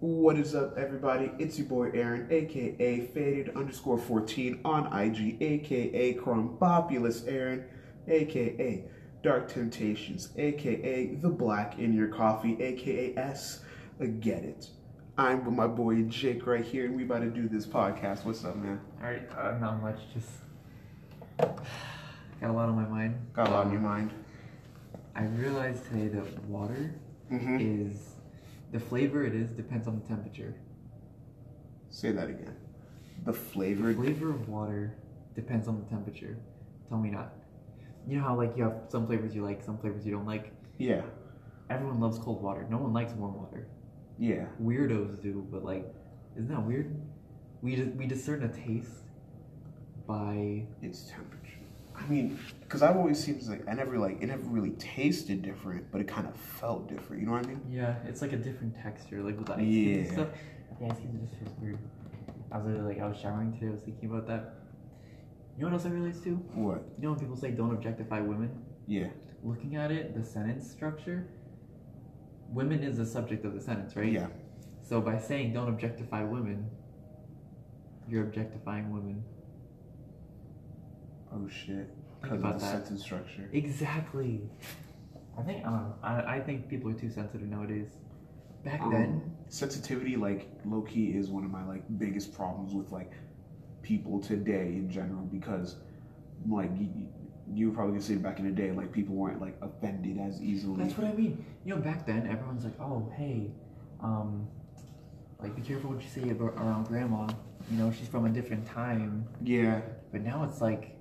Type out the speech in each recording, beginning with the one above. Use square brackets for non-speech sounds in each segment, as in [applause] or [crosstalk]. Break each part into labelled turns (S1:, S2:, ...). S1: What is up, everybody? It's your boy Aaron, aka Faded underscore 14 on IG, aka Crumbopulous Aaron, aka Dark Temptations, aka The Black in Your Coffee, aka S. Uh, Get it. I'm with my boy Jake right here, and we about to do this podcast. What's up, man?
S2: All right, uh, not much. Just [sighs] got a lot on my mind.
S1: Got a lot on your mind.
S2: I realized today that water
S1: Mm-hmm.
S2: is the flavor it is depends on the temperature.
S1: Say that again. The
S2: The
S1: flavor.
S2: flavor of water depends on the temperature. Tell me not. You know how like you have some flavors you like, some flavors you don't like.
S1: Yeah.
S2: Everyone loves cold water. No one likes warm water.
S1: Yeah.
S2: Weirdos do, but like, isn't that weird? We dis- we discern a taste by
S1: It's temperature. I mean, because I've always seems like I never like it never really tasted different, but it kind of felt different. You know what I mean?
S2: Yeah, it's like a different texture, like with the ice cubes
S1: Yeah.
S2: and stuff. The ice cubes just feels weird. I was literally like, I was showering today. I was thinking about that. You know what else I realized too?
S1: What?
S2: You know when people say don't objectify women.
S1: Yeah.
S2: Looking at it, the sentence structure. Women is the subject of the sentence, right?
S1: Yeah.
S2: So by saying don't objectify women, you're objectifying women.
S1: Oh shit.
S2: Think
S1: Because of
S2: about
S1: the
S2: that.
S1: sentence structure.
S2: Exactly. I think I don't know. I, I think people are too sensitive nowadays. Back
S1: Um,
S2: then,
S1: Sensitivity, like low key, is one of my like biggest problems with like people today in general because like you, you were probably gonna say back in the day like people weren't like offended as easily.
S2: That's what I mean. You know, back then everyone's like, "Oh, hey, um, like be careful what you say about around grandma. You know, she's from a different time."
S1: yeah.
S2: But now it's like,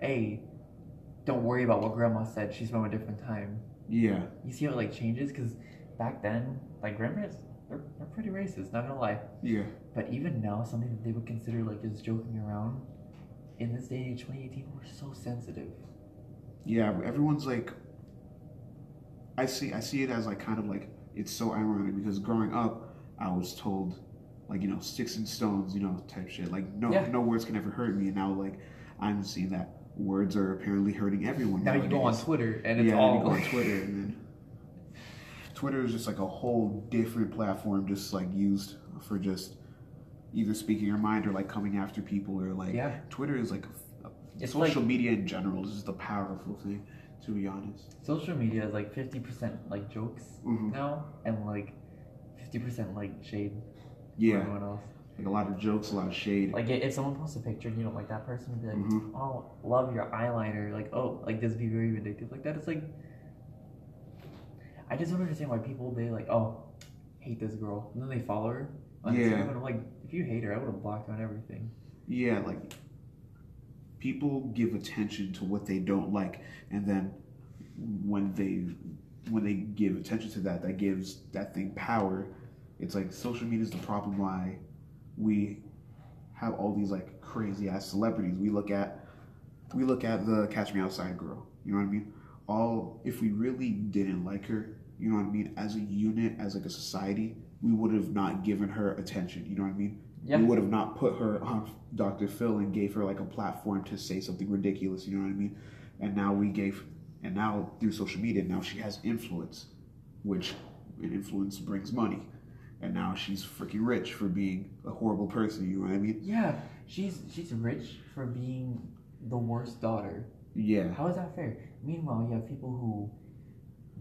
S2: "Hey, don't worry about what grandma said. She's from a different time."
S1: Yeah.
S2: You see how it like changes? Because back then, like grandparents, they're, they're pretty racist. Not gonna lie.
S1: Yeah.
S2: But even now, something that they would consider like just joking around. In this day and age, 2018, we're so sensitive.
S1: Yeah, but everyone's like I see I see it as like kind of like it's so ironic because growing up I was told like, you know, sticks and stones, you know, type shit. Like no
S2: Yeah.
S1: no words can ever hurt me and now like I'm seeing that words are apparently hurting everyone.
S2: Now you go on
S1: nowadays.
S2: Twitter and it's
S1: yeah,
S2: all
S1: you go on Twitter and then Twitter is just like a whole different platform just like used for just either speaking your mind or like coming after people or like
S2: [laughs] Yeah.
S1: Twitter is like a, a
S2: It's
S1: social media in general is just a powerful thing to be honest.
S2: social media is like 50% like jokes
S1: Mhm.
S2: now and like 50% like shade for
S1: Yeah,
S2: everyone else.
S1: like a lot of jokes, a lot of shade.
S2: Like i- if someone posts a picture and you don't like that person, be like,
S1: Mhm.
S2: oh, love your eyeliner. Like, oh, like this be very vindictive like that. It's like, I just don't understand why people, they like, oh, hate this girl. And then they follow her on
S1: Yeah.
S2: Instagram and I'm like, if you hate her, I would have blocked her on everything.
S1: yeah, like people give attention to what they don't like, and then when they when they give attention to that, that gives that thing power. It's like social media is the problem why we have all these like crazy ass celebrities. We look at we look at the Catch Me Outside girl. You know what I mean? All if we really didn't like her, you know what I mean? As a unit, as like a society, we would have not given her attention. You know what I mean?
S2: Yeah.
S1: We would have not put her on Dr. Phil and gave her like a platform to say something ridiculous. You know what I mean? And now we gave, and now through social media, now she has influence, which an influence brings money. And now she's freaking rich for being a horrible person. You know what I mean?
S2: Yeah, she's she's rich for being the worst daughter.
S1: Yeah.
S2: How is that fair? Meanwhile, you have people who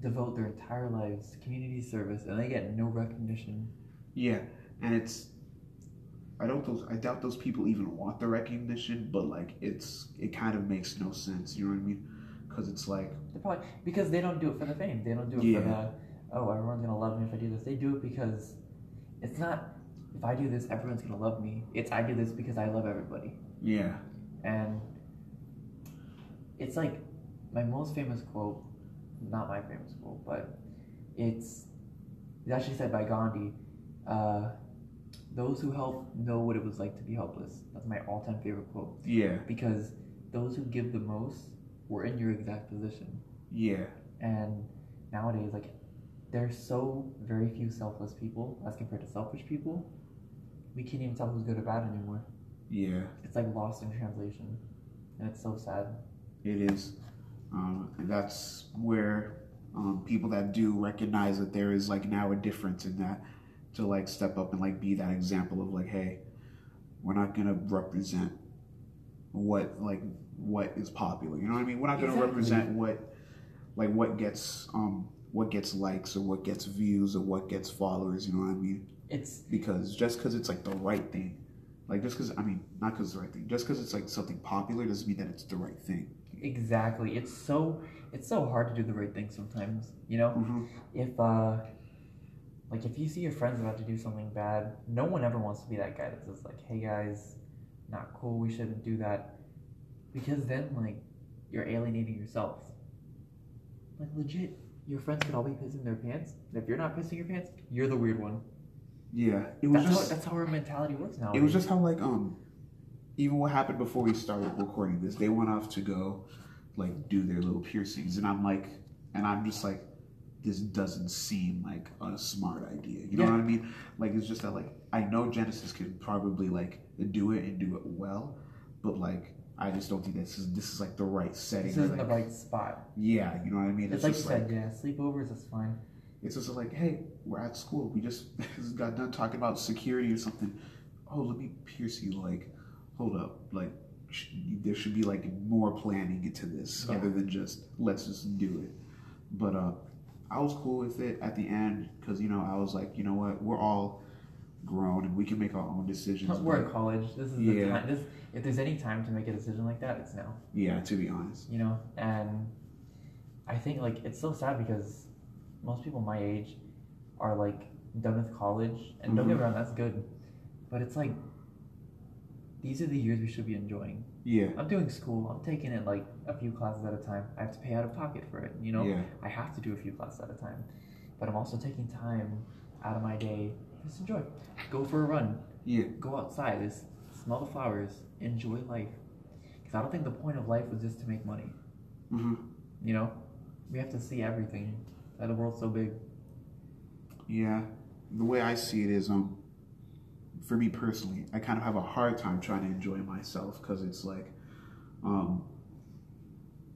S2: devote their entire lives to community service and they get no recognition.
S1: Yeah, and it's I don't those I doubt those people even want the recognition, but like it's it kind of makes no sense. You know what I mean? Because it's like
S2: They probably because they don't do it for the fame. They don't do it for
S1: Yeah.
S2: the oh everyone's gonna love me if I do this. They do it because it's not if I do this everyone's gonna love me. It's I do this because I love everybody.
S1: yeah,
S2: And it's like my most famous quote, not my famous quote, but it's, it's actually said by Gandhi. Uh, those who help know what it was like to be helpless. That's my all time favorite quote.
S1: yeah,
S2: Because those who give the most were in your exact position.
S1: yeah,
S2: And nowadays, like, there's so very few selfless people as compared to selfish people. We can't even tell who's good or bad anymore
S1: yeah.
S2: it's like lost in translation, and it's so sad.
S1: It is, um, and that's where um, people that do recognize that there is like now a difference in that to like step up and like be that example of like, hey, we're not gonna represent what like what is popular. You know what I mean? We're not gonna
S2: Exactly.
S1: represent what like what gets um what gets likes or what gets views or what gets followers. You know what I mean?
S2: It's
S1: because just because it's like the right thing, like just because I mean not because it's the right thing, just because it's like something popular doesn't mean that it's the right thing.
S2: exactly. It's so it's so hard to do the right thing sometimes. You know,
S1: Mm-hmm.
S2: if uh, like if you see your friends about to do something bad, no one ever wants to be that guy that says like, "Hey guys, not cool. We shouldn't do that," because then like you're alienating yourself. Like legit, your friends could all be pissing their pants, and if you're not pissing your pants, you're the weird one.
S1: Yeah, it was
S2: That's
S1: just
S2: how that's how our mentality works now.
S1: it was just how like um even what happened before we started recording this, they went off to go like do their little piercings, and I'm like, and I'm just like, this doesn't seem like a smart idea. You know
S2: Yeah.
S1: what I mean? Like it's just that like I know Genesis can probably like do it and do it well, but like. I just don't think this is this is like the right setting.
S2: this isn't the
S1: like-
S2: right spot.
S1: Yeah, you know what I mean.
S2: It's, like you
S1: just
S2: said, yeah, sleepovers is fine.
S1: it's just like, hey, we're at school. We just [laughs] got done talking about security or something. Oh, let me pierce you. Like, hold up. Like, sh- there should be like more planning into this
S2: Yeah.
S1: other than just let's just do it. But uh, I was cool with it at the end because you know I was like, you know what, we're all grown and we can make our own decisions.
S2: We're
S1: but-
S2: in college. This is the
S1: Yeah.
S2: time. This if there's any time to make a decision like that, it's now.
S1: yeah, to be honest.
S2: you know and i think like it's so sad because most people my age are like done with college and don't get me
S1: Mhm.
S2: wrong that's good but it's like these are the years we should be enjoying
S1: Yeah,
S2: i'm doing school i'm taking it like a few classes at a time i have to pay out of pocket for it you know
S1: yeah,
S2: i have to do a few classes at a time but i'm also taking time out of my day just enjoy go for a run
S1: yeah,
S2: go outside just smell the flowers enjoy life because i don't think the point of life was just to make money
S1: hmm
S2: you know, we have to see everything. That the world's so big.
S1: yeah. The way I see it is, um, for me personally, I kind of have a hard time trying to enjoy myself because it's like, um,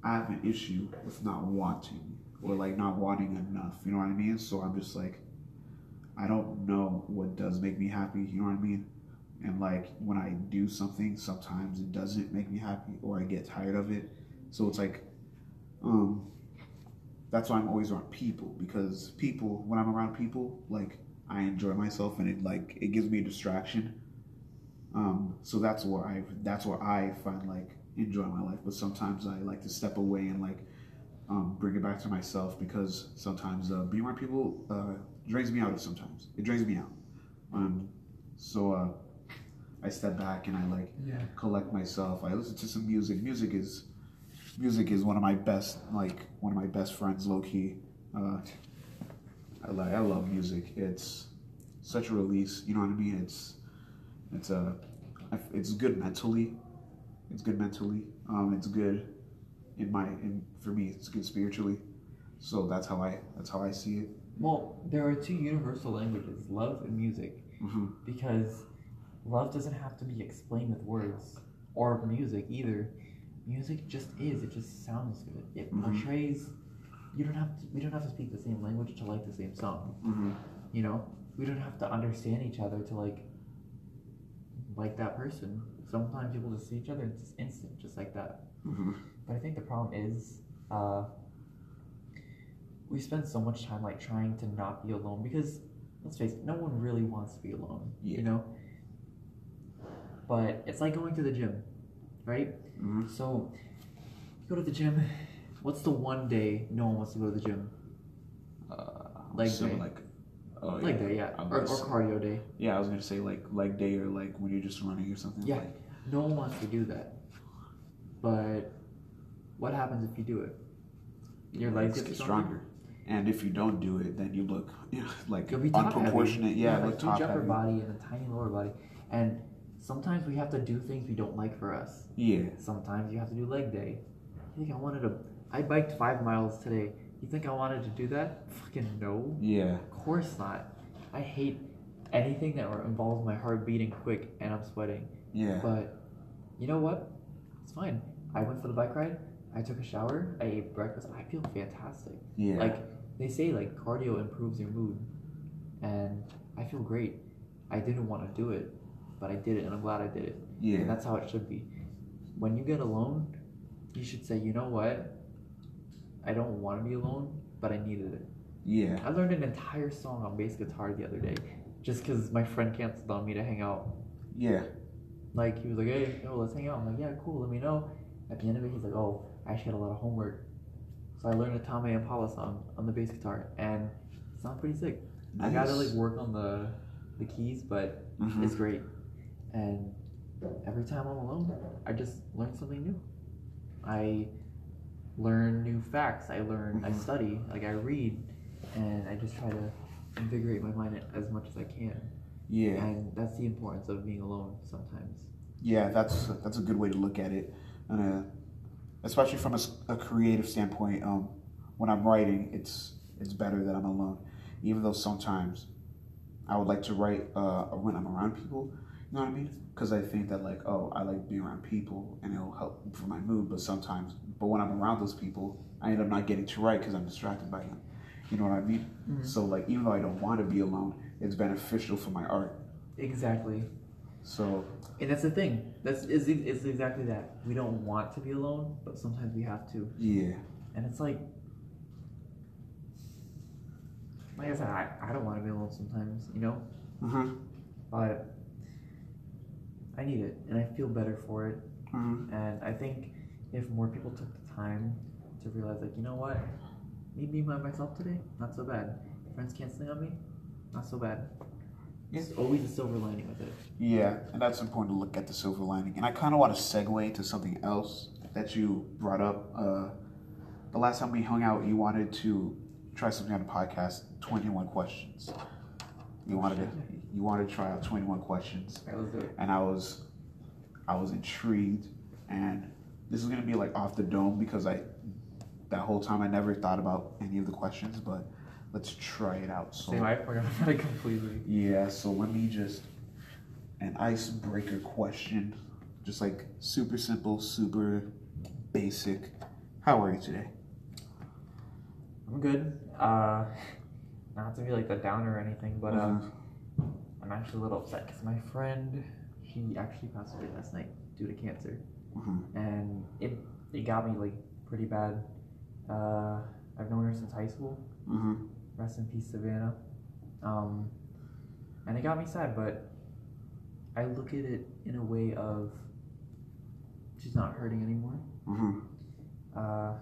S1: I have an issue with not wanting or like not wanting enough. You know what I mean? So I'm just like, I don't know what does make me happy. You know what I mean? And like when I do something, sometimes it doesn't make me happy or I get tired of it. So it's like, um, that's why I'm always around people because people, when I'm around people, like I enjoy myself and it like it gives me a distraction. Um, so that's where I that's where I find like enjoy my life. But sometimes I like to step away and like um, bring it back to myself because sometimes uh, being around people uh, drains me out. Sometimes it drains me out. Um, so uh, I step back and I like
S2: Yeah.
S1: collect myself. I listen to some music. Music is music is one of my best like one of my best friends low key. Uh, I like I love music. It's such a release. You know what I mean? It's it's uh, I f it's good mentally. It's good mentally. Um, it's good in my in for me. It's good spiritually. So that's how I that's how I see it.
S2: Well, there are two universal languages, love and music,
S1: hmm
S2: because love doesn't have to be explained with words or music either. Music just is. It just sounds good. It
S1: Mhm.
S2: portrays. You don't have to. We don't have to speak the same language to like the same song.
S1: hmm
S2: You know, we don't have to understand each other to like. Like that person. Sometimes people just see each other. and It's instant, just like that.
S1: hmm
S2: But I think the problem is, uh, we spend so much time like trying to not be alone because let's face it, no one really wants to be alone,
S1: Yeah.
S2: you know. But it's like going to the gym, right?
S1: hmm
S2: So you go to the gym. What's the one day no one wants to go to the gym? Leg
S1: so
S2: day.
S1: like oh
S2: Like
S1: yeah.
S2: day, yeah,
S1: I'm
S2: or, or
S1: gonna say-
S2: cardio day.
S1: yeah I was gonna say like leg day or like when you're just running or something
S2: Yeah.
S1: like,
S2: No one wants to do that. But what happens if you do it? Your legs get stronger.
S1: And if you don't do it, then you look [laughs] you know, like
S2: You'll be top heavy.
S1: unproportionate. Yeah,
S2: like
S1: like top
S2: huge upper
S1: heavy.
S2: body and a tiny lower body. And sometimes we have to do things we don't like for us.
S1: Yeah,
S2: Sometimes you have to do leg day. You think I wanted to? I biked five miles today. You think I wanted to do that? Fucking no.
S1: yeah,
S2: Of course not. I hate anything that involves my heart beating quick and I'm sweating.
S1: yeah.
S2: But you know what? It's fine. I went for the bike ride. I took a shower. I ate breakfast. I feel fantastic
S1: yeah.
S2: like they say like cardio improves your mood and i I feel great. I didn't want to do it, but I did it, and I'm glad I did it. And
S1: Yeah.
S2: that's how it should be. When you get alone, you should say, you know what? I don't want to be alone, but I needed it.
S1: Yeah.
S2: I learned an entire song on bass guitar the other day just because my friend canceled on me to hang out.
S1: Yeah.
S2: Like, he was like, hey, yo, let's hang out. I'm like, yeah, cool, let me know. At the end of it, he's like, oh, I actually had a lot of homework. So I learned a Tame Impala song on the bass guitar, and it sounds pretty sick. I gotta like work on the the keys, but
S1: Mhm.
S2: it's great. And every time I'm alone, I just learn something new. I learn new facts. I learn. I
S1: Mhm.
S2: study. Like I read, and I just try to invigorate my mind as much as I can.
S1: Yeah.
S2: And that's the importance of being alone sometimes.
S1: Yeah. That's that's a good way to look at it, and uh, especially from a, s- a creative standpoint. Um, when I'm writing, it's it's better that I'm alone, even though sometimes I would like to write uh, when I'm around people. You know what I mean? Because I think that like, oh, I like being around people, and it'll help for my mood. But sometimes, but when I'm around those people, I end up not getting to write because I'm distracted by them. You know what I mean? So like, even though I don't want to be alone, it's beneficial for my art.
S2: Exactly.
S1: So
S2: And that's the thing. That's is it's exactly that. We don't want to be alone, but sometimes we have to.
S1: yeah,
S2: And it's like, like I said, I, I don't want to be alone sometimes, you know?
S1: uh-huh.
S2: But I need it and I feel better for it.
S1: Uh-huh.
S2: And I think if more people took the time to realize, like, you know what? Me being by myself today, not so bad. Friends canceling on me, not so bad. It's always a silver lining with it.
S1: yeah, and that's important to look at the silver lining. And I kind of want to segue to something else that you brought up. Uh, the last time we hung out, you wanted to try something on the podcast, Twenty One Questions. You wanted to you wanted to try out Twenty One Questions,
S2: All right, let's do it.
S1: and I was I was intrigued. And this is gonna be like off the dome because I that whole time I never thought about any of the questions, but let's try it out. So
S2: Same, I forgot about it completely.
S1: Yeah, so let me just an icebreaker question. Just like super simple, super basic. How are you today?
S2: I'm good. Uh, [laughs] not to be like a downer or anything, but uh,
S1: Uh-huh.
S2: I'm actually a little upset because my friend, he actually passed away last night due to cancer,
S1: Mhm.
S2: and it it got me like pretty bad. Uh, I've known her since high school.
S1: Mhm.
S2: Rest in peace, Savannah. Um, and it got me sad, but I look at it in a way of she's not hurting anymore,
S1: Mhm.
S2: uh,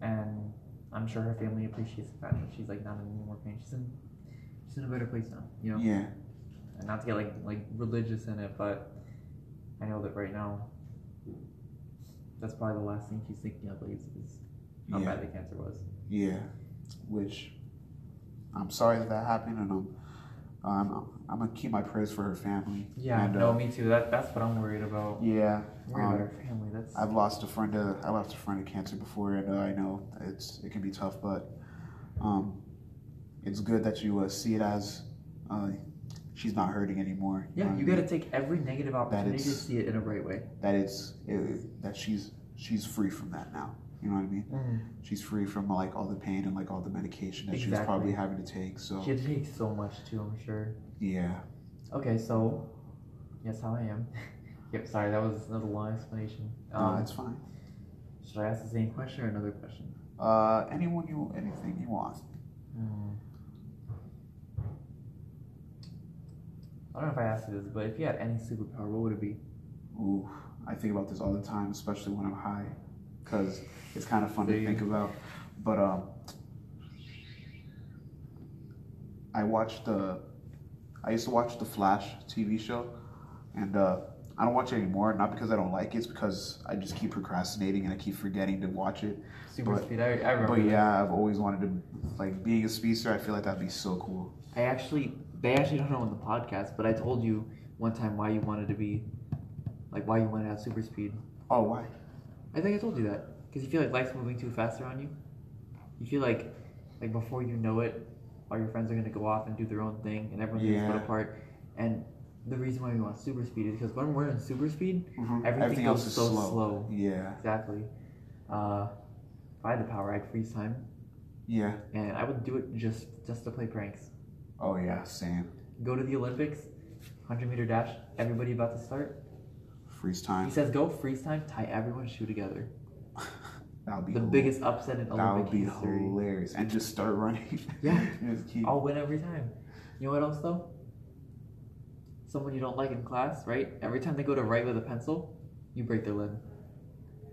S2: and I'm sure her family appreciates the fact that she's like not in any more pain. She's in she's in a better place now, you know
S1: Yeah.
S2: and not to get like like religious in it, but I know that right now, that's probably the last thing she's thinking of like, is, is how
S1: Yeah.
S2: bad the cancer was.
S1: Yeah. Which I'm sorry that that happened and I'm um, I'm gonna keep my prayers for her family.
S2: Yeah,
S1: And,
S2: no,
S1: uh,
S2: me too. That that's what I'm worried about.
S1: Yeah.
S2: Worried about
S1: Um,
S2: her family. That's
S1: I've lost a friend to I lost a friend to cancer before, and uh, I know it's it can be tough, but um, it's good that you uh, see it as uh, she's not hurting anymore.
S2: yeah.
S1: know
S2: You
S1: what I
S2: gotta take every negative opportunity to
S1: it's-
S2: see it in a right way.
S1: mean? that it's it, that she's she's free from that now. You know what I mean? She's free from like all the pain and like all the medication that she was
S2: Exactly.
S1: probably having to take. So
S2: She had to take so much too. I'm sure.
S1: yeah,
S2: Okay, so yes, how I am. [laughs] yep. Sorry, that was another long explanation.
S1: no,
S2: Um,
S1: it's fine.
S2: should I ask the same question or another question?
S1: Uh, anyone you anything you want?
S2: Hmm. I don't know if I asked you this, but if you had any superpower, what would it be?
S1: Ooh, I think about this all the time, especially when I'm high, because it's kind of fun to
S2: Same.
S1: think about. But um, I watched the, I used to watch the Flash TV show, and uh, I don't watch it anymore. Not because I don't like it, it's because I just keep procrastinating and I keep forgetting to watch it.
S2: Super
S1: But-
S2: speed. I, I remember.
S1: But yeah, I've always wanted to, like being a speedster. I feel like that'd be so cool.
S2: I actually, they actually don't know on the podcast, but I told you one time why you wanted to be, like why you wanted to have super speed.
S1: Oh, why?
S2: I think I told you that because you feel like life's moving too fast around you. You feel like, like before you know it, all your friends are gonna go off and do their own thing, and everyone's gonna split
S1: Yeah.
S2: apart. And the reason why we want super speed is because when we're in super speed,
S1: Mhm.
S2: Mm-hmm. everything, goes so slow.
S1: Yeah,
S2: Exactly. Uh, if I had the power, I'd freeze time,
S1: yeah.
S2: and I would do it just just to play pranks.
S1: Oh yeah, same.
S2: Go to the Olympics, 100 meter dash, everybody about to start.
S1: Freeze
S2: He
S1: time.
S2: says go freeze time, tie everyone, shoe together.
S1: That would be
S2: The
S1: hila-
S2: biggest upset in
S1: That would
S2: Olympic
S1: be
S2: history.
S1: hilarious. And just start running. [laughs]
S2: Yeah. Oh.
S1: just keep.
S2: I'll win every time. You know what else though? Someone you don't like in class, right? Every time they go to write with a pencil, you break their lid.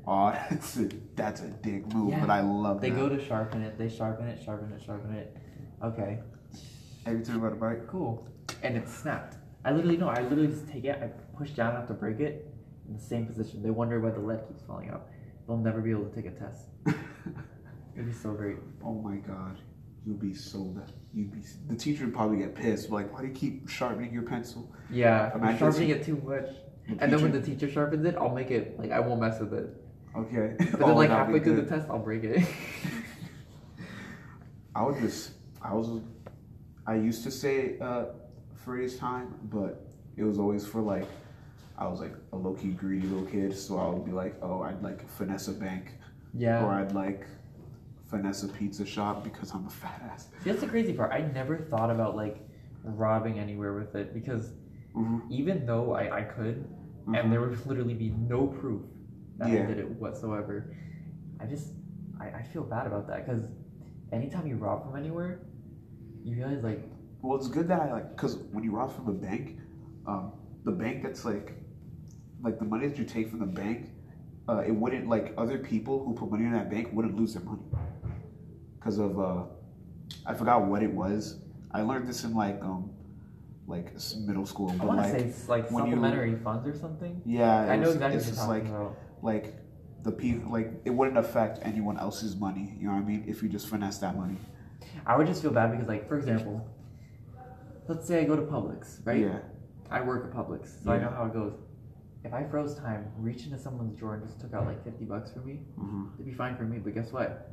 S1: Aw, that's a, that's a dick move,
S2: Yeah.
S1: but I love
S2: They
S1: that.
S2: go to sharpen it, they sharpen it, sharpen it, sharpen it. Okay.
S1: Every time I ride a bike,
S2: Cool. And it snapped. I literally no, I literally just take it, I push down enough to break it in the same position. They wonder why the lead keeps falling out. They'll never be able to take a
S1: [laughs]
S2: test. It'd be so great.
S1: oh my god, you'd be so bad. You'd be the teacher would probably get pissed. Like, why do you keep sharpening your pencil?
S2: Yeah. I'm
S1: Imagine
S2: sharpening it too much. And then when the teacher sharpens it, I'll make it like I won't mess with it. [laughs]
S1: okay,
S2: But then like
S1: Oh, that'd be
S2: halfway through the
S1: good.
S2: test I'll break it. [laughs]
S1: I would just, I was, I used to say uh, freeze time, but it was always for like, I was like a low key greedy little kid, so I would be like, oh, I'd like finesse a bank,
S2: yeah.
S1: or I'd like finesse a pizza shop because I'm a fat ass.
S2: See, that's the crazy part. I never thought about like robbing anywhere with it because
S1: Mhm.
S2: even though I, I could,
S1: Mhm.
S2: and there would literally be no proof that
S1: Yeah.
S2: I did it whatsoever, I just I, I feel bad about that because anytime you rob from anywhere, you realize like
S1: Well, it's good that I like because when you rob from a bank, um, the bank that's like, like the money that you take from the bank, uh, it wouldn't like other people who put money in that bank wouldn't lose their money because of uh, I forgot what it was. I learned this in like um, like s- middle school,
S2: I
S1: but
S2: want to
S1: like
S2: say it's like
S1: when you-
S2: supplementary funds or something.
S1: yeah, it
S2: I know
S1: was-
S2: exactly
S1: It's
S2: what you're
S1: just
S2: talking
S1: like
S2: about.
S1: like the people like it wouldn't affect anyone else's money. You know what I mean? If you just finesse that money,
S2: I would just feel bad because like for example, let's say I go to Publix, right?
S1: Yeah,
S2: I work at Publix, so I
S1: Yeah.
S2: know how it goes. If I froze time, reached into someone's drawer and just took out like 50 bucks for me,
S1: hmm
S2: it'd be fine for me, but guess what?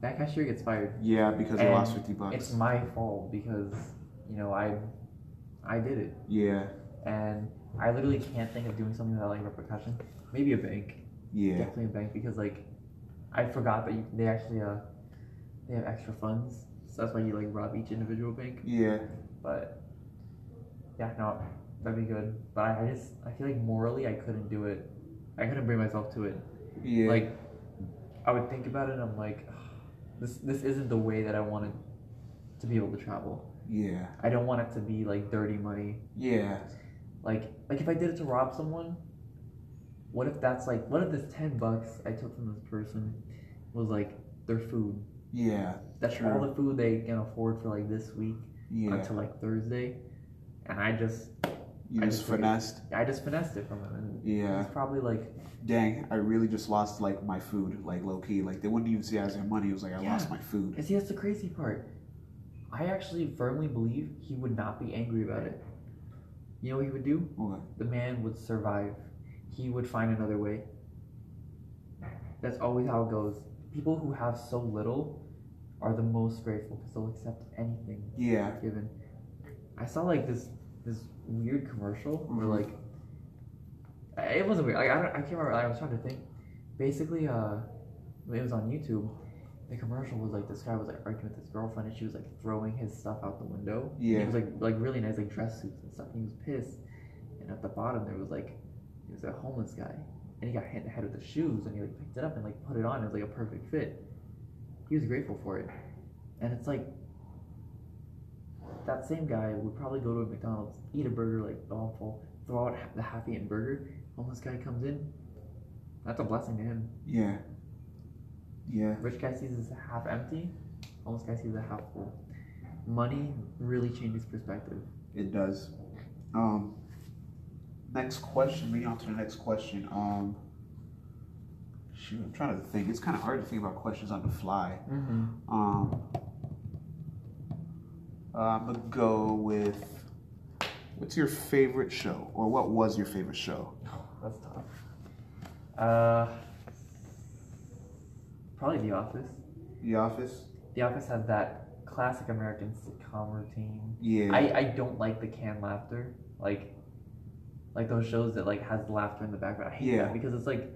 S2: That cashier gets fired.
S1: yeah, because they
S2: And
S1: lost fifty bucks.
S2: It's my fault because, you know, I I did it.
S1: yeah,
S2: And I literally can't think of doing something without like repercussion. Maybe a bank.
S1: yeah.
S2: Definitely a bank because like I forgot that you, they actually uh they have extra funds. So that's why you like rob each individual bank.
S1: Yeah,
S2: But yeah, no, that'd be good. But I, I just I feel like morally I couldn't do it. I couldn't bring myself to it.
S1: yeah.
S2: Like I would think about it and I'm like this this isn't the way that I wanted to be able to travel.
S1: yeah,
S2: I don't want it to be like dirty money.
S1: yeah,
S2: Like like if I did it to rob someone, what if that's like what if this ten bucks I took from this person was like their food?
S1: yeah,
S2: That's
S1: True.
S2: all the food they can afford for like this week
S1: yeah.
S2: until like Thursday. And I just
S1: You
S2: I
S1: just
S2: just figured-
S1: finessed.
S2: I just finessed it from him, and
S1: Yeah.
S2: he's probably like,
S1: Dang, I really just lost like my food, like low key. Like they wouldn't even see it as their money. It was like I
S2: Yeah.
S1: lost my food.
S2: and see, that's the crazy part. I actually firmly believe he would not be angry about it. You know what he would do?
S1: What?
S2: The man would survive. He would find another way. That's always how it goes. People who have so little are the most grateful because they'll accept anything
S1: Yeah,
S2: given. I saw like this this weird commercial where
S1: Mhm.
S2: like it wasn't weird. Like, I don't, I can't remember. I was trying to think. Basically, uh, it was on YouTube. The commercial was like this guy was like arguing with his girlfriend, and she was like throwing his stuff out the window. And
S1: Yeah.
S2: It was like like really nice like dress suits and stuff. And he was pissed. And at the bottom there was like it was a homeless guy, and he got hit in the head with the shoes, and he like picked it up and like put it on. It was like a perfect fit. He was grateful for it, and it's like that same guy would probably go to a McDonald's, eat a burger like awful, throw out the half-eaten burger. Homeless guy comes in. That's a blessing to him.
S1: yeah, yeah,
S2: Rich guy sees it's half empty. Homeless guy sees it half full. Money really changes perspective.
S1: it does. Um, next question. Moving on to the next question. Um, shoot, I'm trying to think. It's kind of hard to think about questions on the fly.
S2: Mm-hmm.
S1: Um, uh, I'm gonna go with what's your favorite show, or what was your favorite show?
S2: [sighs] That's tough. Uh, probably The Office.
S1: The Office.
S2: The Office has that classic American sitcom routine.
S1: Yeah.
S2: I, I don't like the canned laughter. Like like those shows that like has laughter in the background. I hate
S1: Yeah.
S2: that because it's like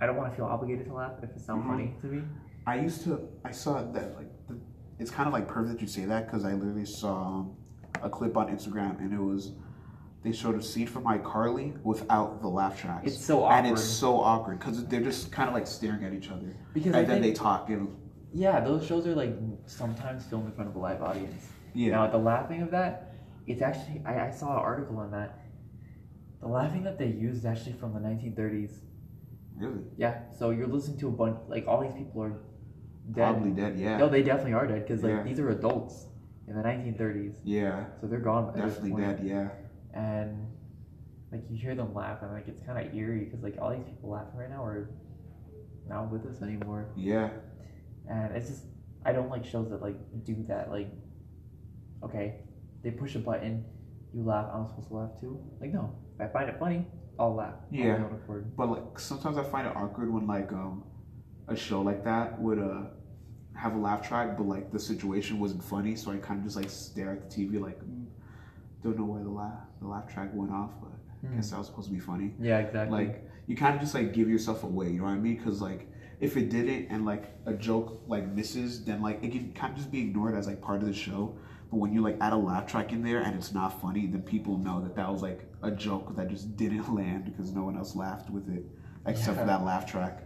S2: I don't want to feel obligated to laugh if it's not
S1: Mhm.
S2: funny to me.
S1: I used to. I saw that like the, it's kind of like perfect that you say that because I literally saw a clip on Instagram and it was they showed a scene from iCarly without the laugh tracks.
S2: It's so
S1: and
S2: awkward.
S1: it's so awkward because they're just kind of like staring at each other,
S2: because I
S1: and then
S2: think,
S1: they talk and
S2: yeah, those shows are like sometimes filmed in front of a live audience.
S1: yeah,
S2: Now, the laughing of that, it's actually, I, I saw an article on that. The laughing that they used is actually from the 1930s.
S1: really,
S2: Yeah, so you're listening to a bunch, like, all these people are dead.
S1: probably dead. Yeah,
S2: No, they definitely are dead because, like,
S1: Yeah.
S2: these are adults in the 1930s.
S1: yeah,
S2: So they're gone. at this
S1: definitely
S2: point.
S1: dead. Yeah,
S2: And, like, you hear them laugh, and, like, it's kind of eerie because, like, all these people laughing right now are not with us anymore.
S1: yeah,
S2: And it's just I don't like shows that like do that. Like, okay, they push a button, you laugh. I'm supposed to laugh too. Like, no, if I find it funny, I'll laugh.
S1: Yeah.
S2: I'll record.
S1: but like sometimes I find it awkward when like um a show like that would uh have a laugh track, but like the situation wasn't funny, so I kind of just like stare at the TV like. mm, Don't know why the laugh the laugh track went off, but I
S2: Mm.
S1: guess that was supposed to be funny.
S2: Yeah, exactly.
S1: Hmm. like you kind of just like give yourself away you know what i mean because like if it didn't and like a joke like misses then like it can kind of just be ignored as like part of the show but when you like add a laugh track in there and it's not funny then people know that that was like a joke that just [laughs] didn't land because no one else laughed with it except for
S2: Yeah.
S1: that laugh track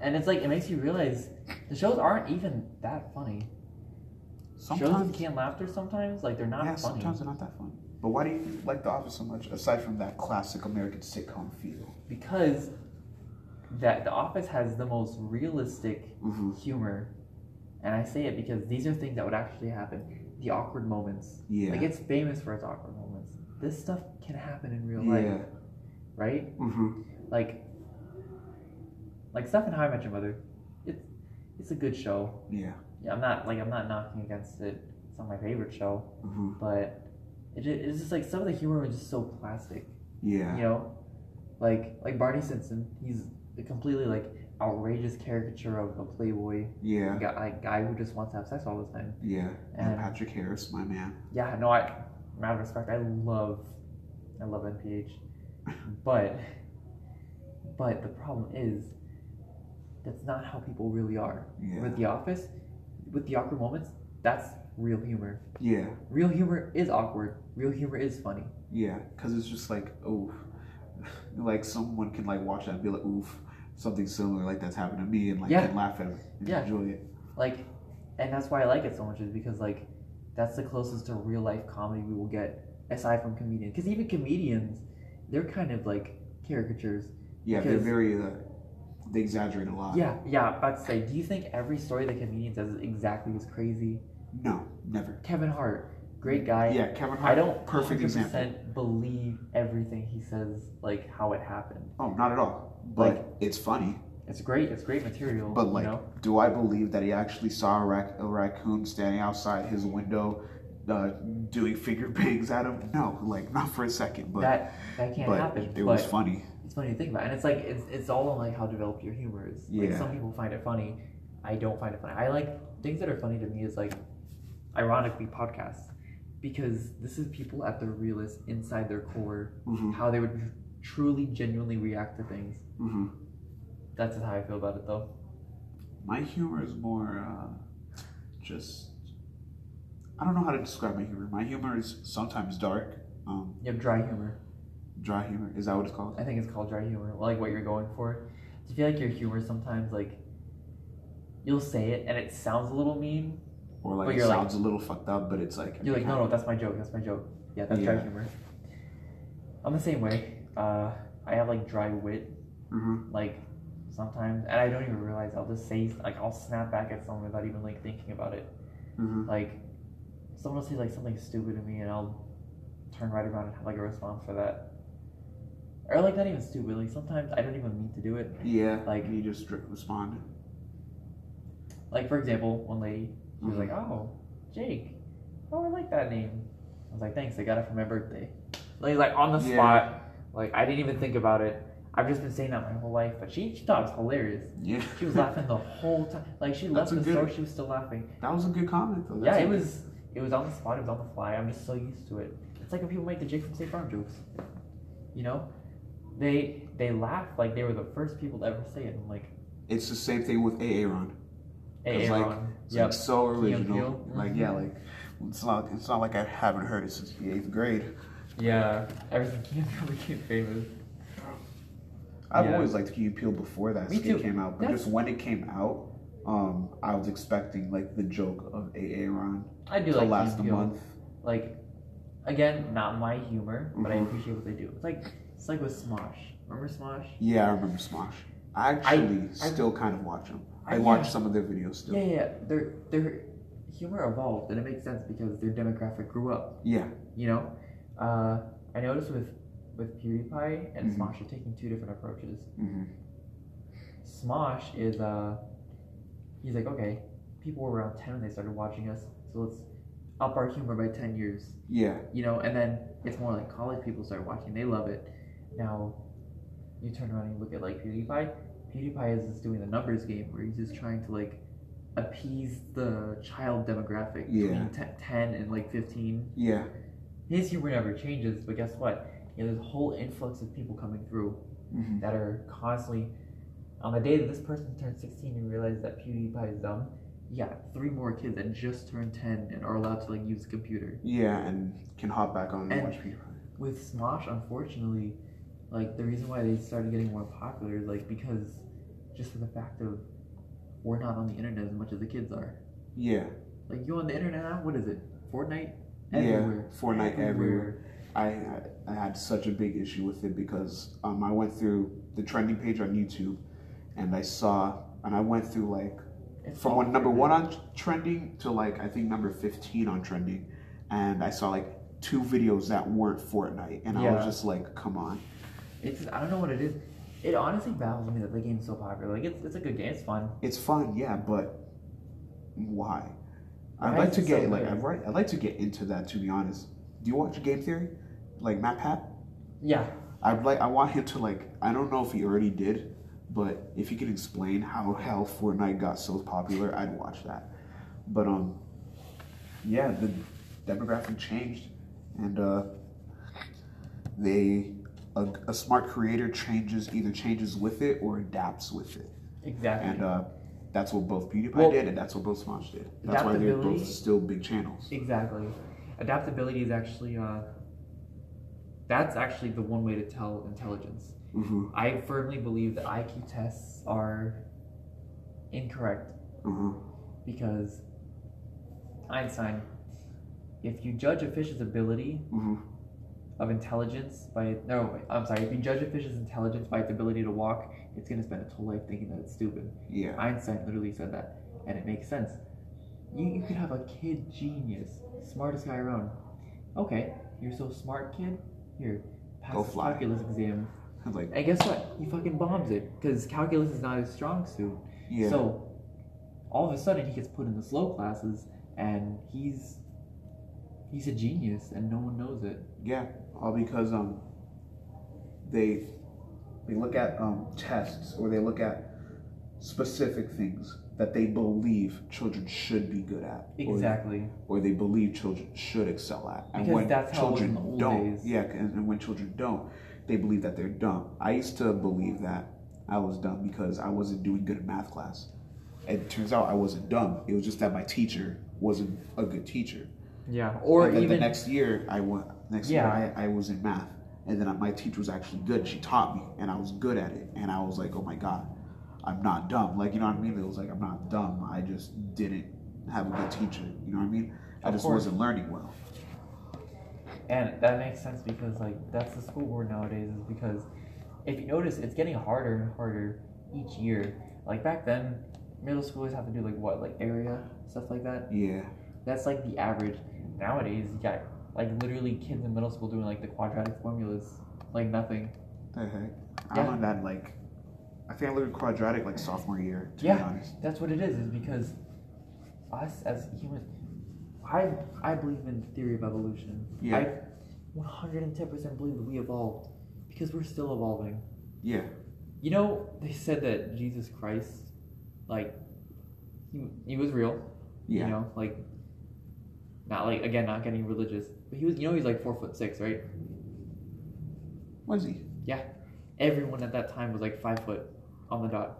S2: and it's like it makes you realize the shows aren't even that funny. Shows
S1: sometimes
S2: that can't laughter sometimes like they're not
S1: yeah
S2: funny
S1: sometimes they're not that funny but why do you like the office so much aside from that classic american sitcom feel
S2: because that The Office has the most realistic
S1: mm-hmm.
S2: humor, and I say it because these are things that would actually happen. The awkward moments.
S1: yeah
S2: Like it's famous for its awkward moments. This stuff can happen in real
S1: yeah
S2: life, right?
S1: mm-hmm.
S2: Like, like stuff in How I Met Your Mother. It's it's a good show.
S1: yeah
S2: Yeah, I'm not like I'm not knocking against it. It's not my favorite show,
S1: mm-hmm.
S2: but it, ju- it's just like some of the humor was just so plastic.
S1: yeah
S2: You know, like like Barney Simpson. He's a completely like outrageous caricature of a playboy
S1: yeah
S2: guy, like guy who just wants to have sex all the time.
S1: Yeah, and
S2: And-
S1: Patrick Harris, my man.
S2: Yeah, no, I, out of respect, I love, I love NPH, but, but the problem is, that's not how people really are.
S1: Yeah,
S2: With The Office, with the awkward moments, that's real humor.
S1: yeah,
S2: Real humor is awkward. Real humor is funny.
S1: yeah. Because it's just like, oof, [laughs] like someone can like watch that and be like, oof, something similar like that's happened to me, and like
S2: Yeah.
S1: can laugh at it and
S2: Yeah.
S1: enjoy it.
S2: Like, and that's why I like it so much is because like, that's the closest to real life comedy we will get aside from comedians. Because even comedians, they're kind of like caricatures.
S1: Yeah, they're
S2: Because-
S1: very, uh, they exaggerate a lot.
S2: Yeah, yeah, I'm about to say, do you think every story the comedian does is exactly as crazy?
S1: No, never.
S2: Kevin Hart, great guy.
S1: yeah, Kevin Hart.
S2: I don't
S1: perfect
S2: 100%
S1: example.
S2: believe everything he says, like how it happened.
S1: Oh, not at all. But
S2: Like-
S1: it's funny.
S2: It's great, it's great material.
S1: But like,
S2: you know?
S1: do I believe that he actually saw a, rac- a raccoon standing outside his window, uh, doing finger [laughs] bangs at him? No, like not for a second. But
S2: that that can't
S1: but
S2: happen.
S1: it
S2: but
S1: was funny.
S2: it's funny to think about, and it's like it's it's all on like how developed your humor is. Like
S1: Yeah.
S2: some people find it funny, I don't find it funny. I like things that are funny to me is like, ironically, podcasts, because this is people at their realest, inside their core.
S1: Mm-hmm.
S2: how they would truly, genuinely react to things.
S1: Mm-hmm.
S2: That's just how I feel about it, though.
S1: My humor is more uh, just. I don't know how to describe my humor. My humor is sometimes dark, um,
S2: You have dry humor.
S1: dry humor. Is that what it's called?
S2: I think it's called dry humor, like what you're going for. Do you feel like your humor sometimes, like, you'll say it and it sounds a little mean?
S1: Or like
S2: But
S1: it
S2: you're like-
S1: sounds a little fucked up, but it's like
S2: You're like, no, no, that's my joke, that's my joke. Yeah, that's
S1: Yeah.
S2: dry humor. I'm the same way. Uh, I have, like, dry wit,
S1: Mhm.
S2: like, sometimes, and I don't even realize, I'll just say, like, I'll snap back at someone without even, like, thinking about it.
S1: Mhm.
S2: Like, someone will say like something stupid to me, and I'll turn right around and have like a response for that. Or like not even stupid. Like sometimes I don't even mean to do it.
S1: yeah.
S2: Like-
S1: you just dr- respond.
S2: Like for example, one lady, she was
S1: Mhm.
S2: like, "Oh, Jake, oh I like that name." I was like, "Thanks, I got it for my birthday." Like like on the
S1: Yeah.
S2: spot. Like I didn't even think about it. I've just been saying that my whole life, but she, she thought it was hilarious.
S1: Yeah,
S2: oh, She was laughing the whole time. Like she
S1: That's
S2: left
S1: a
S2: the
S1: good-
S2: store, she was still laughing.
S1: [laughs] that was a good comment though.
S2: Yeah,
S1: That's
S2: it
S1: a-
S2: was it was on the spot, it was on the fly. I'm just so used to it. It's like when people make the Jake from State Farm jokes. You know? They they laugh like they were the first people to ever say it. I'm like,
S1: It's the same thing with Aaron.
S2: Hey,
S1: It's like-
S2: Aaron.
S1: It's
S2: Yep.
S1: like so
S2: Key and
S1: original.
S2: Peele.
S1: Like
S2: Mhm.
S1: yeah, like it's not it's not like I haven't heard it since the eighth grade.
S2: Yeah. Everything [laughs] Key and Peele became famous.
S1: I've
S2: Yeah.
S1: always liked Key and Peele before that
S2: Me
S1: skit
S2: too.
S1: came out, but
S2: That's-
S1: just when it came out, um, I was expecting like the joke of Aaron
S2: I do
S1: to
S2: like
S1: last a
S2: Key and Peele.
S1: month.
S2: Like, again, not my humor, but I
S1: Mhm.
S2: appreciate what they do. It's like it's like with Smosh. Remember Smosh?
S1: Yeah, I remember Smosh. I actually still kind of watch them. I,
S2: I-
S1: watch
S2: yeah.
S1: some of their videos still.
S2: Yeah, yeah, yeah. Their their humor evolved, and it makes sense because their demographic grew up.
S1: Yeah.
S2: You know, uh, I noticed with with PewDiePie and
S1: Mhm.
S2: Smosh are taking two different approaches.
S1: hmm
S2: Smosh is uh, he's like, okay, people were around ten when they started watching us, so let's up our humor by ten years.
S1: Yeah.
S2: You know, and then it's more like college people start watching, they love it. Now, you turn around and you look at like PewDiePie. PewDiePie is just doing the numbers game where he's just trying to like appease the child demographic
S1: Yeah.
S2: between t- ten and like fifteen.
S1: Yeah.
S2: His humor never changes, but guess what? You know, there's a whole influx of people coming through
S1: hmm
S2: that are constantly on the day that this person turns 16 and realizes that PewDiePie is dumb. Yeah, three more kids that just turned 10 and are allowed to like use a computer.
S1: Yeah, and can hop back on and,
S2: And-
S1: watch PewDiePie.
S2: With Smosh, unfortunately, like the reason why they started getting more popular is like because just for the fact of we're not on the internet as much as the kids are.
S1: Yeah.
S2: Like you on the internet now, what is it? Fortnite?
S1: Yeah,
S2: Everywhere.
S1: Fortnite everywhere. I, I I had such a big issue with it because um, I went through the trending page on YouTube, and I saw and I went through like
S2: It's
S1: from
S2: all
S1: one, number
S2: Fortnite.
S1: one on trending to like I think number fifteen on trending, and I saw like two videos that weren't Fortnite, and I was
S2: Yeah.
S1: just like, come on,
S2: It's just, I don't know what it is. It honestly baffles me that the game's so popular. Like it's, it's a good game. It's fun.
S1: it's fun, yeah, but why? I'd
S2: Why
S1: like
S2: is
S1: to
S2: it so
S1: get like
S2: good?
S1: I'd, right, I'd like to get into that to be honest. Do you watch Game Theory, like Matt Pat?
S2: Yeah.
S1: I'd like I want him to like I don't know if he already did, but if he could explain how how Fortnite got so popular, I'd watch that. But um yeah, the demographic changed and uh they a, a smart creator changes either changes with it or adapts with it.
S2: Exactly.
S1: And uh that's what both PewDiePie
S2: Well,
S1: did and that's what both Smosh did. That's why they're
S2: adaptability-
S1: both still big channels.
S2: Exactly. Adaptability is actually uh, that's actually the one way to tell intelligence.
S1: Mm-hmm.
S2: I firmly believe that IQ tests are incorrect
S1: Uh-huh.
S2: because Einstein, if you judge a fish's ability
S1: Mm-hmm.
S2: of intelligence by no, wait, I'm sorry, if you judge a fish's intelligence by its ability to walk, it's gonna spend its whole life thinking that it's stupid.
S1: Yeah.
S2: Einstein literally said that, and it makes sense. You, you could have a kid genius, smartest guy around. Okay, you're so smart, kid. Here, pass
S1: Go
S2: this
S1: fly.
S2: calculus exam.
S1: Like
S2: And guess what? He fucking bombs it because calculus is not his strong suit.
S1: yeah.
S2: So, all of a sudden, he gets put in the slow classes, and he's he's a genius, and no one knows it.
S1: Yeah, all because um they they look at um tests or they look at specific things that they believe children should be good at or-
S2: Exactly.
S1: or, they believe children should excel at and
S2: Because
S1: when
S2: that's how it was
S1: children
S2: in the old
S1: don't
S2: days.
S1: yeah and, and when children don't they believe that they're dumb i used to believe that i was dumb because i wasn't doing good in math class it turns out i wasn't dumb it was just that my teacher wasn't a good teacher
S2: Yeah. Or
S1: and then
S2: even
S1: the next year, I went. Next year,
S2: Yeah.
S1: I, I was in math, and then my teacher was actually good. She taught me, and I was good at it. And I was like, oh my god, I'm not dumb. Like you know what I mean? It was like I'm not dumb. I just didn't have a good teacher. You know what I mean? I
S2: Of
S1: just
S2: course.
S1: wasn't learning well.
S2: And that makes sense because like that's the school board nowadays is because if you notice it's getting harder and harder each year. Like back then, middle schoolers have to do like what, like area, stuff like that.
S1: Yeah,
S2: That's like the average. Nowadays you got like literally kids in middle school doing like the quadratic formulas. Like nothing.
S1: the heck.
S2: Yeah.
S1: I'm on that like. I think I learned quadratic like sophomore year. To be
S2: Yeah.
S1: honest.
S2: That's what it is, is because us as humans I I believe in the theory of evolution.
S1: Yeah.
S2: I one hundred and ten percent believe that we evolved because we're still evolving.
S1: Yeah.
S2: You know, they said that Jesus Christ, like, he, he was real.
S1: Yeah.
S2: You know, like, not like, again, not getting religious. But he was, you know, he's like four foot six, right?
S1: Was he?
S2: Everyone at that time was like five foot on the dot.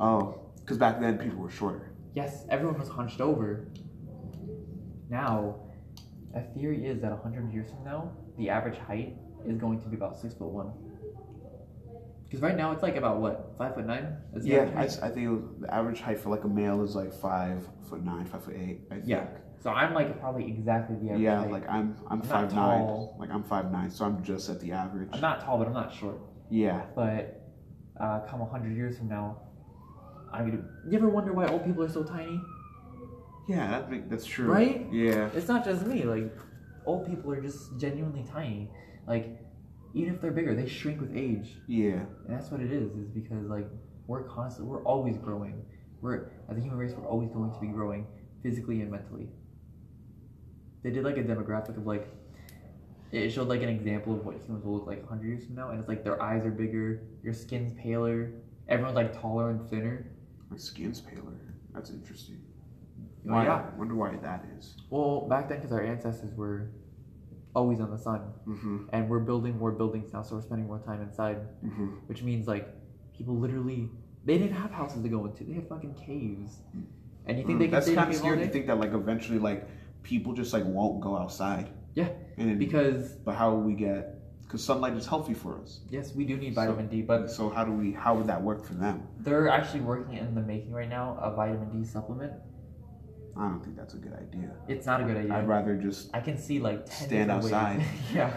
S1: Oh, because back then people were shorter.
S2: yes, everyone was hunched over. Now, a theory is that 100 years from now, the average height is going to be about six foot one. Because right now it's like about what five foot nine. Is the
S1: yeah,
S2: average
S1: I,
S2: height?
S1: I think it was, the average height for like a male is like five foot nine, five foot eight. I think.
S2: Yeah, So I'm like probably exactly the average.
S1: yeah.
S2: height.
S1: Like I'm, I'm,
S2: not
S1: five nine.
S2: tall.
S1: Like I'm five nine, so I'm just at the average.
S2: I'm not tall, but I'm not short.
S1: yeah,
S2: But uh, come 100 years from now, I'm gonna. You ever wonder why old people are so tiny?
S1: yeah. That make, that's true.
S2: Right?
S1: Yeah.
S2: It's not just me. Like, old people are just genuinely tiny. Like, even if they're bigger, they shrink with age.
S1: Yeah.
S2: And that's what it is, is because like we're constantly, we're always growing. We're as a human race, we're always going to be growing physically and mentally. They did like a demographic of like it showed like an example of what humans will look like 100 years from now, and it's like their eyes are bigger, your skin's paler, everyone's like taller and thinner.
S1: My skin's paler. That's interesting.
S2: Oh,
S1: Why?
S2: yeah.
S1: Wonder why that is.
S2: Well, back then, because our ancestors were always on the sun,
S1: Mm-hmm.
S2: and we're building more buildings now, so we're spending more time inside,
S1: Mm-hmm.
S2: which means like people literally they didn't have houses to go into; they had fucking caves. And you think they can
S1: Hmm, Mm-hmm. That's
S2: stay in a
S1: kind of
S2: cave all
S1: scary
S2: day?
S1: to think that like eventually like people just like won't go outside.
S2: Yeah.
S1: And then,
S2: because
S1: but how will we get? Because sunlight is healthy for us.
S2: yes, we do need vitamin D, but
S1: So how do we? How would that work for them?
S2: they're actually working in the making right now a vitamin D supplement.
S1: I don't think that's a good idea.
S2: It's not a good idea.
S1: I'd rather just
S2: I can see like ten
S1: Stand
S2: different ways.
S1: outside.
S2: [laughs] yeah,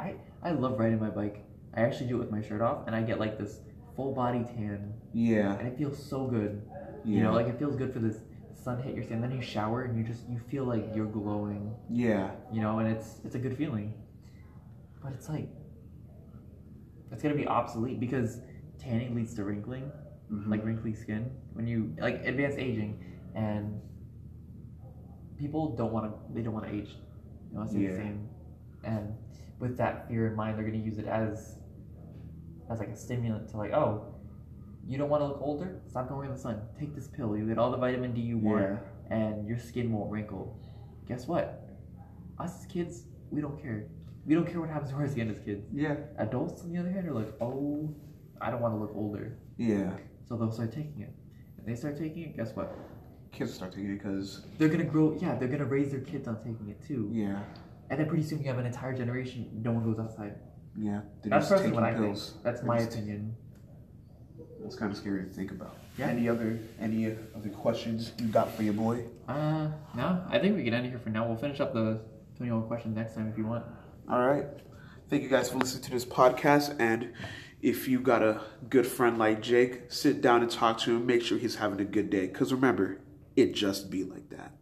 S2: I I love riding my bike. I actually do it with my shirt off, and I get like this full body tan,
S1: yeah
S2: and it feels so good.
S1: yeah
S2: You know, like it feels good for this sun hit your skin. Then you shower, and you just you feel like you're glowing.
S1: yeah
S2: You know, and it's it's a good feeling. But it's like it's gonna be obsolete because tanning leads to wrinkling.
S1: Mhm.
S2: like wrinkly skin when you like advanced aging and people don't want to they don't want to age they want to stay
S1: Yeah.
S2: the same and with that fear in mind they're going to use it as as like a stimulant to like oh you don't want to look older stop going in the sun take this pill you get all the vitamin d you want
S1: yeah
S2: and your skin won't wrinkle guess what us as kids we don't care we don't care what happens to our skin as kids
S1: yeah
S2: adults on the other hand are like oh i don't want to look older
S1: yeah.
S2: so they'll start taking it. If they start taking it, guess what?
S1: Kids start taking it because
S2: They're gonna grow. Yeah, they're gonna raise their kids on taking it too.
S1: yeah
S2: And then pretty soon you have an entire generation no one goes outside.
S1: yeah they're
S2: That's
S1: just
S2: personally
S1: taking
S2: what I think.
S1: pills.
S2: That's
S1: They're
S2: my
S1: just
S2: opinion.
S1: It's kind of scary to think about.
S2: Yeah.
S1: Any other any other questions you got for your boy?
S2: Uh, no, I think we can end it here for now. We'll finish up the twenty-one questions next time if you want.
S1: All right. Thank you guys for listening to this podcast. And if you got a good friend like Jake, sit down and talk to him. Make sure he's having a good day. Because remember, it just be like that.